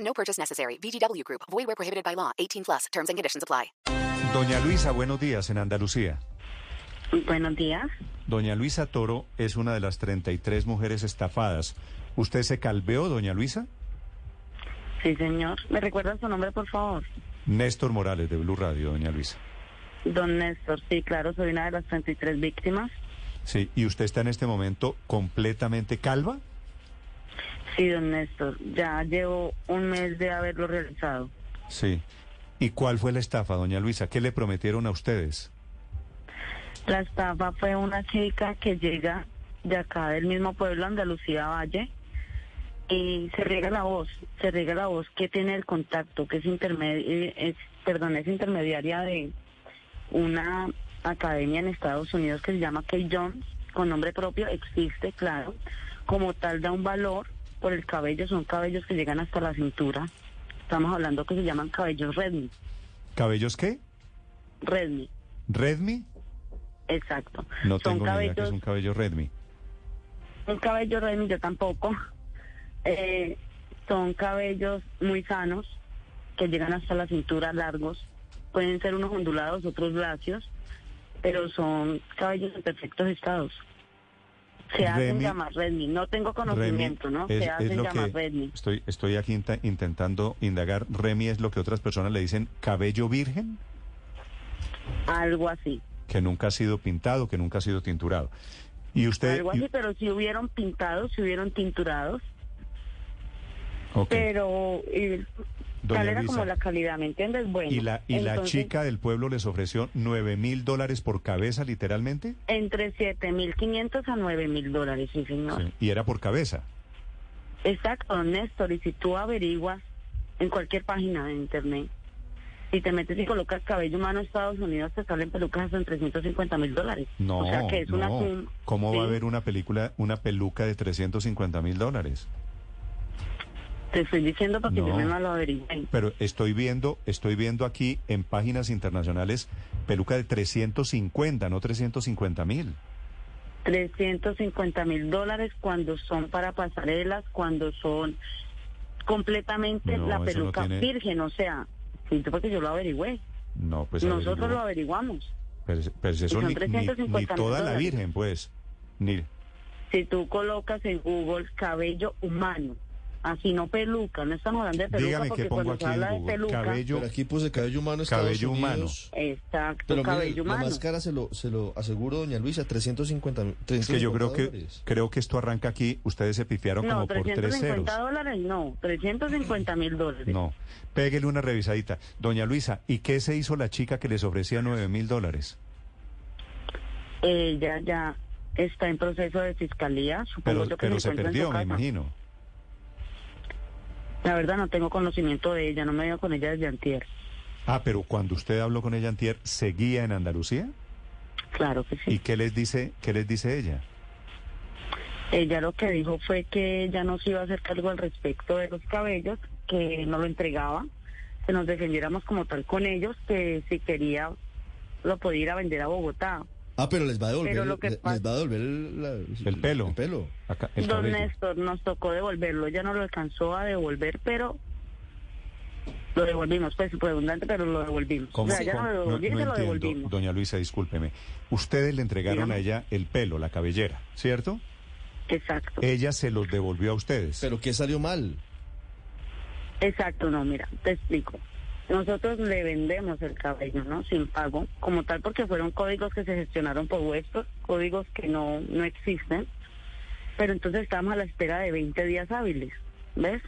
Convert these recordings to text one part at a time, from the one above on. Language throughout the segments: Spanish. No purchase necessary. VGW Group. Void where prohibited by law. 18 plus. Terms and conditions apply. Doña Luisa, buenos días en Andalucía. Buenos días. Doña Luisa Toro es una de las 33 mujeres estafadas. ¿Usted se calveó, doña Luisa? Sí, señor. ¿Me recuerda su nombre, por favor? Néstor Morales, de Blue Radio, doña Luisa. Don Néstor, sí, claro, soy una de las 33 víctimas. Sí, ¿y usted está en este momento completamente calva? Sí, don Néstor, ya llevo un mes de haberlo realizado. Sí. ¿Y cuál fue la estafa, doña Luisa? ¿Qué le prometieron a ustedes? La estafa fue una chica que llega de acá del mismo pueblo, Andalucía Valle, y se riega la voz, se riega la voz que tiene el contacto, que es, intermedi- eh, es, perdón, es intermediaria de una academia en Estados Unidos que se llama Kay Jones, con nombre propio, existe, claro, como tal da un valor por el cabello, son cabellos que llegan hasta la cintura, estamos hablando que se llaman cabellos Redmi, ¿Cabellos qué? Redmi, ¿Redmi? exacto, No son tengo ni idea que cabellos es un cabello Redmi. un cabello redmi yo tampoco. Eh, son cabellos muy sanos, que llegan hasta la cintura, largos. Pueden ser unos ondulados, otros lacios, pero son cabellos en perfectos estados. Se hacen Remy- llamar redmi. No tengo conocimiento, Remy ¿no? es- Se es hacen lo llamar que redmi. Estoy, estoy aquí inta- intentando indagar. ¿Remi es lo que otras personas le dicen cabello virgen? Algo así. Que nunca ha sido pintado, que nunca ha sido tinturado. ¿Y usted...? Algo y- así, pero si hubieron pintados, si hubieron tinturados, Ok. pero eh, Doña tal era como Luisa. la calidad, ¿me entiendes? Bueno. Y la, y la entonces, chica del pueblo les ofreció 9 mil dólares por cabeza, literalmente. Entre 7.500 a 9.000 dólares, sí, señor. Sí, Y era por cabeza. Exacto, Néstor, y si tú averiguas en cualquier página de internet, si te metes y colocas cabello humano a Estados Unidos, te salen pelucas hasta en 350 mil dólares. No, o sea que es no. una... cum- ¿Cómo sí, va a haber una película, una peluca de 350 mil dólares? Te estoy diciendo porque No. yo misma lo averigué. Pero estoy viendo, estoy viendo aquí en páginas internacionales peluca de 350, no 350 mil. 350 mil dólares cuando son para pasarelas, cuando son completamente No, la eso no peluca tiene- virgen, o sea, sí, porque yo lo averigüé. No, pues Nosotros lo averigüe. averiguamos. pero, pero eso son ni, ni- ni 350.000 toda la dólares. virgen, pues. Ni, Si tú colocas en Google cabello humano, así no peluca, no estamos hablando de peluca dígame porque qué pongo cuando aquí se en habla de este Google. peluca, Cabello, Pero aquí puse cabello humano Estados Cabello humano. Unidos. exacto, Pero mire, cabello la humano. máscara se lo, se lo aseguro, doña Luisa, 350 mil. es que yo creo que creo que esto arranca aquí. Ustedes se pifiaron No, como por tres 350 ceros. dólares no, 350 mil dólares. No, pégale una revisadita. Doña Luisa, ¿y qué se hizo la chica que les ofrecía nueve mil dólares? Ella ya está en proceso de fiscalía, supongo Pero, yo Pues que pero se encuentra en su perdió, me casa. imagino. La verdad no tengo conocimiento de ella, no me veo con ella desde antier. Ah, pero cuando usted habló con ella antier, ¿seguía en Andalucía? Claro que sí. ¿Y qué les dice, qué les dice ella? Ella lo que dijo fue que ella no se iba a hacer cargo al respecto de los cabellos, que no lo entregaba, que nos defendiéramos como tal con ellos, que si quería lo podía ir a vender a Bogotá. Ah, pero les va a devolver, Pero lo que le- pasa- les va a devolver el, la- El pelo. El pelo. Acá, el Don cabello. Néstor nos tocó devolverlo, ya no lo alcanzó a devolver, pero lo devolvimos, pues redundante, pero lo devolvimos. ¿Cómo? O sea, ya no lo ¿Cómo? devolví, No- no se lo entiendo, devolvimos. Doña Luisa, discúlpeme. Ustedes le entregaron Dígame. a ella el pelo, la cabellera, ¿cierto? Exacto, Ella se los devolvió a ustedes. Pero ¿qué salió mal? exacto, no, mira, te explico. Nosotros le vendemos el cabello, ¿no? Sin pago, como tal, porque fueron códigos que se gestionaron por vuestros, códigos que no, no existen. Pero entonces estamos a la espera de 20 días hábiles, ¿ves?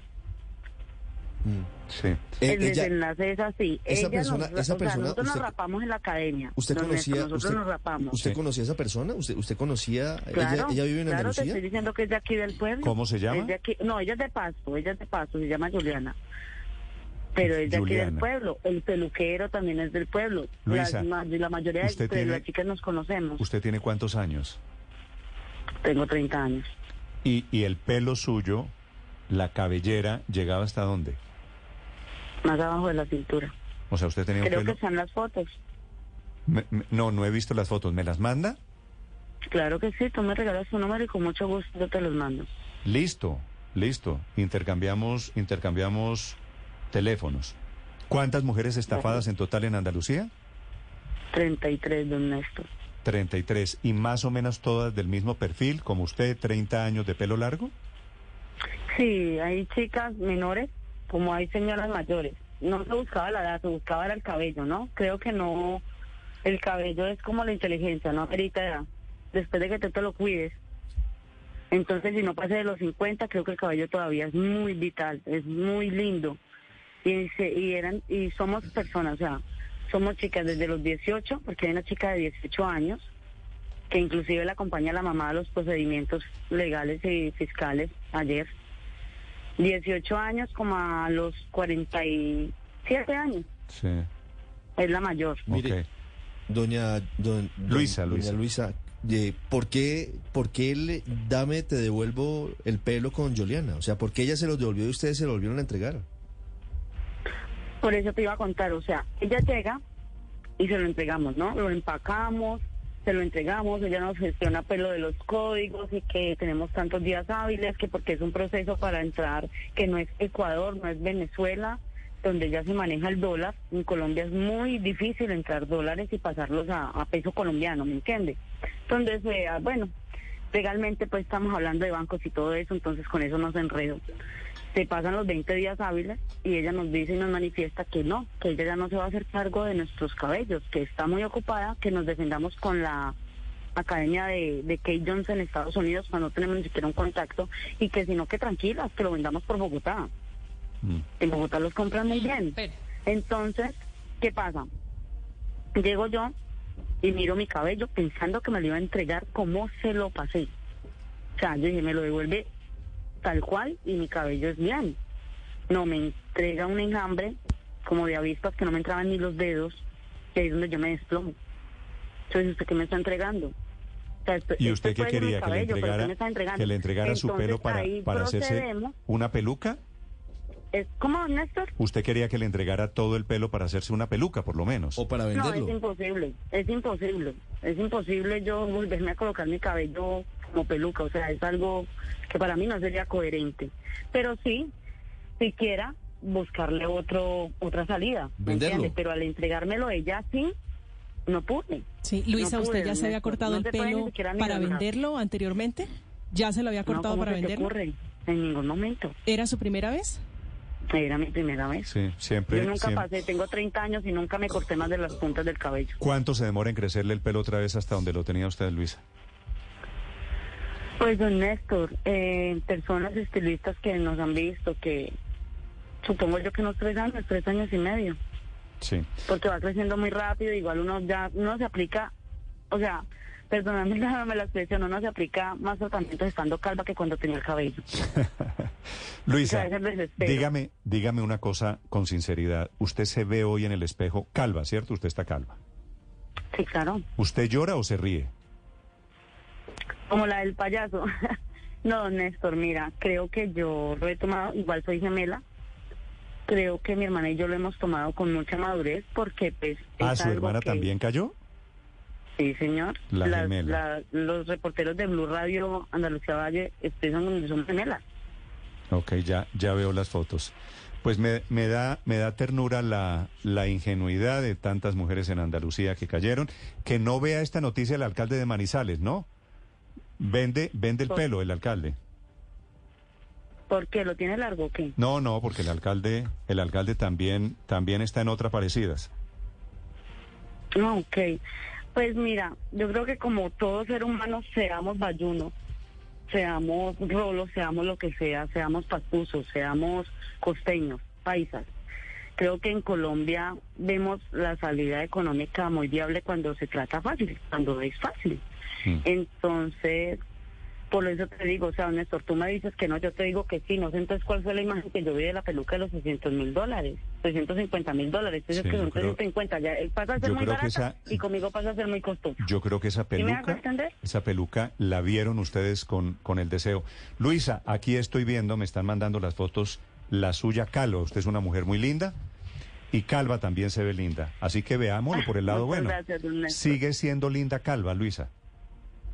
Mm. sí. Eh, el ella- desenlace es así. esa Ella persona- nos, esa o sea, persona, nosotros usted- nos rapamos en la academia. ¿Usted don Néstor, conocía, nosotros usted, nos rapamos. ¿Usted Sí. conocía a esa persona? ¿Usted, usted conocía? claro, ella, ella vive claro, en te Andalucía? estoy diciendo que es de aquí del pueblo. ¿Cómo se llama? Es de aquí- no, ella es de Pasto, ella es de Pasto, se llama Juliana. Pero ella que es del Juliana. pueblo, el peluquero también es del pueblo. Luisa, Las ma- la mayoría de, usted de tiene- las chicas nos conocemos. ¿Usted tiene cuántos años? Tengo 30 años. Y, y el pelo suyo, la cabellera, llegaba hasta dónde? más abajo de la cintura. O sea, usted tenía un Creo que pelo... están las fotos. Me- me- no, no he visto las fotos. ¿Me las manda? Claro que sí, tú me regalas tu número y con mucho gusto yo te los mando. Listo, listo. Intercambiamos, intercambiamos teléfonos. ¿Cuántas mujeres estafadas en total en Andalucía? 33, don Néstor. 33. ¿Y más o menos todas del mismo perfil, como usted, 30 años de pelo largo? Sí, hay chicas menores como hay señoras mayores. No se buscaba la edad, se buscaba era el cabello, ¿no? Creo que no. El cabello es como la inteligencia, ¿no? Ahorita edad. Después de que tú te lo cuides. Entonces, si no pase de los 50, creo que el cabello todavía es muy vital, es muy lindo. Y, se- y, eran, y somos personas, o sea, somos chicas desde los 18, porque hay una chica de 18 años que inclusive la acompaña la mamá a los procedimientos legales y fiscales ayer. 18 años como a los 47 años, Sí. es la mayor. Mire, Ok. Doña, don- don- Luisa, doña Luisa. eh, ¿por qué, por qué le, dame, te devuelvo el pelo con Juliana? O sea, ¿por qué ella se los devolvió y ustedes se lo volvieron a entregar? Por eso te iba a contar, o sea, ella llega y se lo entregamos, ¿no? Lo empacamos, se lo entregamos, ella nos gestiona pelo de los códigos y que tenemos tantos días hábiles, que porque es un proceso para entrar, que no es Ecuador, no es Venezuela, donde ya se maneja el dólar. En Colombia es muy difícil entrar dólares y pasarlos a, a peso colombiano, ¿me entiendes? Entonces, eh, ah, bueno, legalmente pues estamos hablando de bancos y todo eso, entonces con eso nos enredo. Se pasan los 20 días hábiles y ella nos dice y nos manifiesta que no, que ella ya no se va a hacer cargo de nuestros cabellos, que está muy ocupada, que nos defendamos con la academia de, de Kate Jones en Estados Unidos cuando no tenemos ni siquiera un contacto y que sino que tranquilas, que lo vendamos por Bogotá. Mm. En Bogotá los compran muy bien. Espera. Entonces, ¿qué pasa? Llego yo y miro mi cabello pensando que me lo iba a entregar como se lo pasé. O sea, yo dije, me lo devuelve tal cual y mi cabello es bien. No, me entrega un enjambre como de avispas que no me entraban ni los dedos, que ahí es donde yo me desplomo. Entonces, ¿usted qué me está entregando? O sea, esto- ¿Y esto usted qué puede ser mi quería? ¿Que le cabello, pero ¿qué me entregara, este está entregando? que le entregara su Entonces, pelo para, ahí para hacerse procedemos. una peluca? Es- ¿Cómo, Néstor? ¿Usted quería que le entregara todo el pelo para hacerse una peluca, por lo menos? ¿O para No, es venderlo? imposible, es imposible. Es imposible yo volverme a colocar mi cabello como peluca, o sea, es algo que para mí no sería coherente. Pero sí, siquiera buscarle otro otra salida, ¿me Venderlo. entiendes? Pero al entregármelo ella sí, no pude. Sí, Luisa, No ¿usted pude, ya se había Ernesto, cortado no el se puede ni pelo siquiera mirar para nada. venderlo anteriormente? ¿Ya se lo había No, cortado ¿cómo para se te venderlo? ocurre? En ningún momento. ¿Era su primera vez? Era mi primera vez. Sí, siempre. Yo nunca siempre. pasé, tengo 30 años y nunca me corté más de las puntas del cabello. ¿Cuánto se demora en crecerle el pelo otra vez hasta donde lo tenía usted, Luisa? Pues don Néstor, eh, personas estilistas que nos han visto, que supongo yo que unos tres años, tres años y medio, Sí. porque va creciendo muy rápido, igual uno ya, uno se aplica, o sea, perdóname la, me la expresión, uno se aplica más tratamientos estando calva que cuando tenía el cabello. Luisa, O sea, es el desespero. dígame, dígame una cosa con sinceridad. Usted se ve hoy en el espejo calva, ¿cierto? Usted está calva. Sí, claro, ¿Usted llora o se ríe? como la del payaso. no, don Néstor, mira, creo que yo lo he tomado, igual soy gemela, creo que mi hermana y yo lo hemos tomado con mucha madurez, porque pues... Ah, es su algo hermana que- también cayó. Sí, señor. La Las- gemela. la- los reporteros de Blue Radio Andalucía Valle expresan donde son gemelas. Ok, ya, ya veo las fotos. Pues me, me da, me da ternura la, la ingenuidad de tantas mujeres en Andalucía que cayeron. Que no vea esta noticia el alcalde de Manizales, ¿no? Vende, vende el pelo el alcalde. Porque lo tiene largo, o ¿qué? No, no, porque el alcalde, el alcalde también, también está en otra parecidas. No, Ah, ok. Pues mira, yo creo que como todo ser humano, seamos bayunos, seamos rolos, seamos lo que sea, seamos pastusos, seamos costeños, paisas. Creo que en Colombia vemos la salida económica muy viable cuando se trata fácil, cuando es fácil. Mm. Entonces, Por eso te digo, o sea, Néstor, tú me dices que no, yo te digo que sí, no sé entonces cuál fue la imagen que yo vi de la peluca de los 600 mil dólares, 350 mil dólares, entonces Sí, que yo son creo- 350, ya él pasa a ser yo muy creo que barata esa- y conmigo pasa a ser muy costosa. Yo creo que esa ¿Sí me hago peluca, entender? esa peluca la vieron ustedes con, con el deseo. Luisa, aquí estoy viendo, me están mandando las fotos, la suya Calo. Usted es una mujer muy linda y Calva también se ve linda. Así que veámoslo por el lado Muchas bueno. gracias, don Néstor. Sigue siendo linda Calva, Luisa.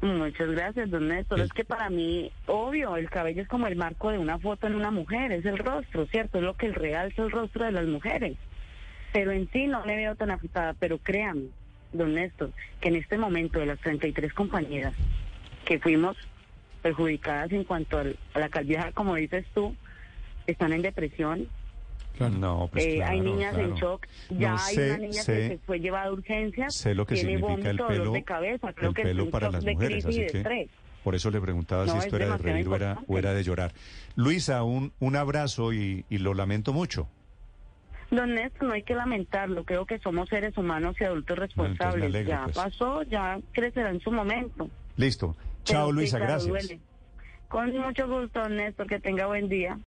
Muchas gracias, don Néstor. El- Es que para mí, obvio, el cabello es como el marco de una foto en una mujer, es el rostro, ¿cierto? Es lo que realza el rostro de las mujeres. Pero en sí no me veo tan afectada, pero créame, don Néstor, que en este momento de las 33 compañeras que fuimos perjudicadas en cuanto al- a la calvieja, como dices tú, están en depresión, No, pues eh, hay claro, niñas en claro. shock, ya No hay sé, una niña sé. que se fue llevada a urgencias, sé lo que tiene significa el vómito, pelo, dolor de cabeza, creo el que es pelo un para shock las de mujeres, crisis y así de que estrés. por eso le preguntaba si No, esto es era de demasiado reír o era, o era de llorar. Luisa, un, un abrazo y, y lo lamento mucho. Don Néstor, no hay que lamentarlo, creo que somos seres humanos y adultos entonces me responsables. alegro, ya pues. pasó, ya crecerá en su momento. Listo. Pero Chao, sí, Luisa, claro, gracias. duele. Con mucho gusto, don Néstor, que tenga buen día.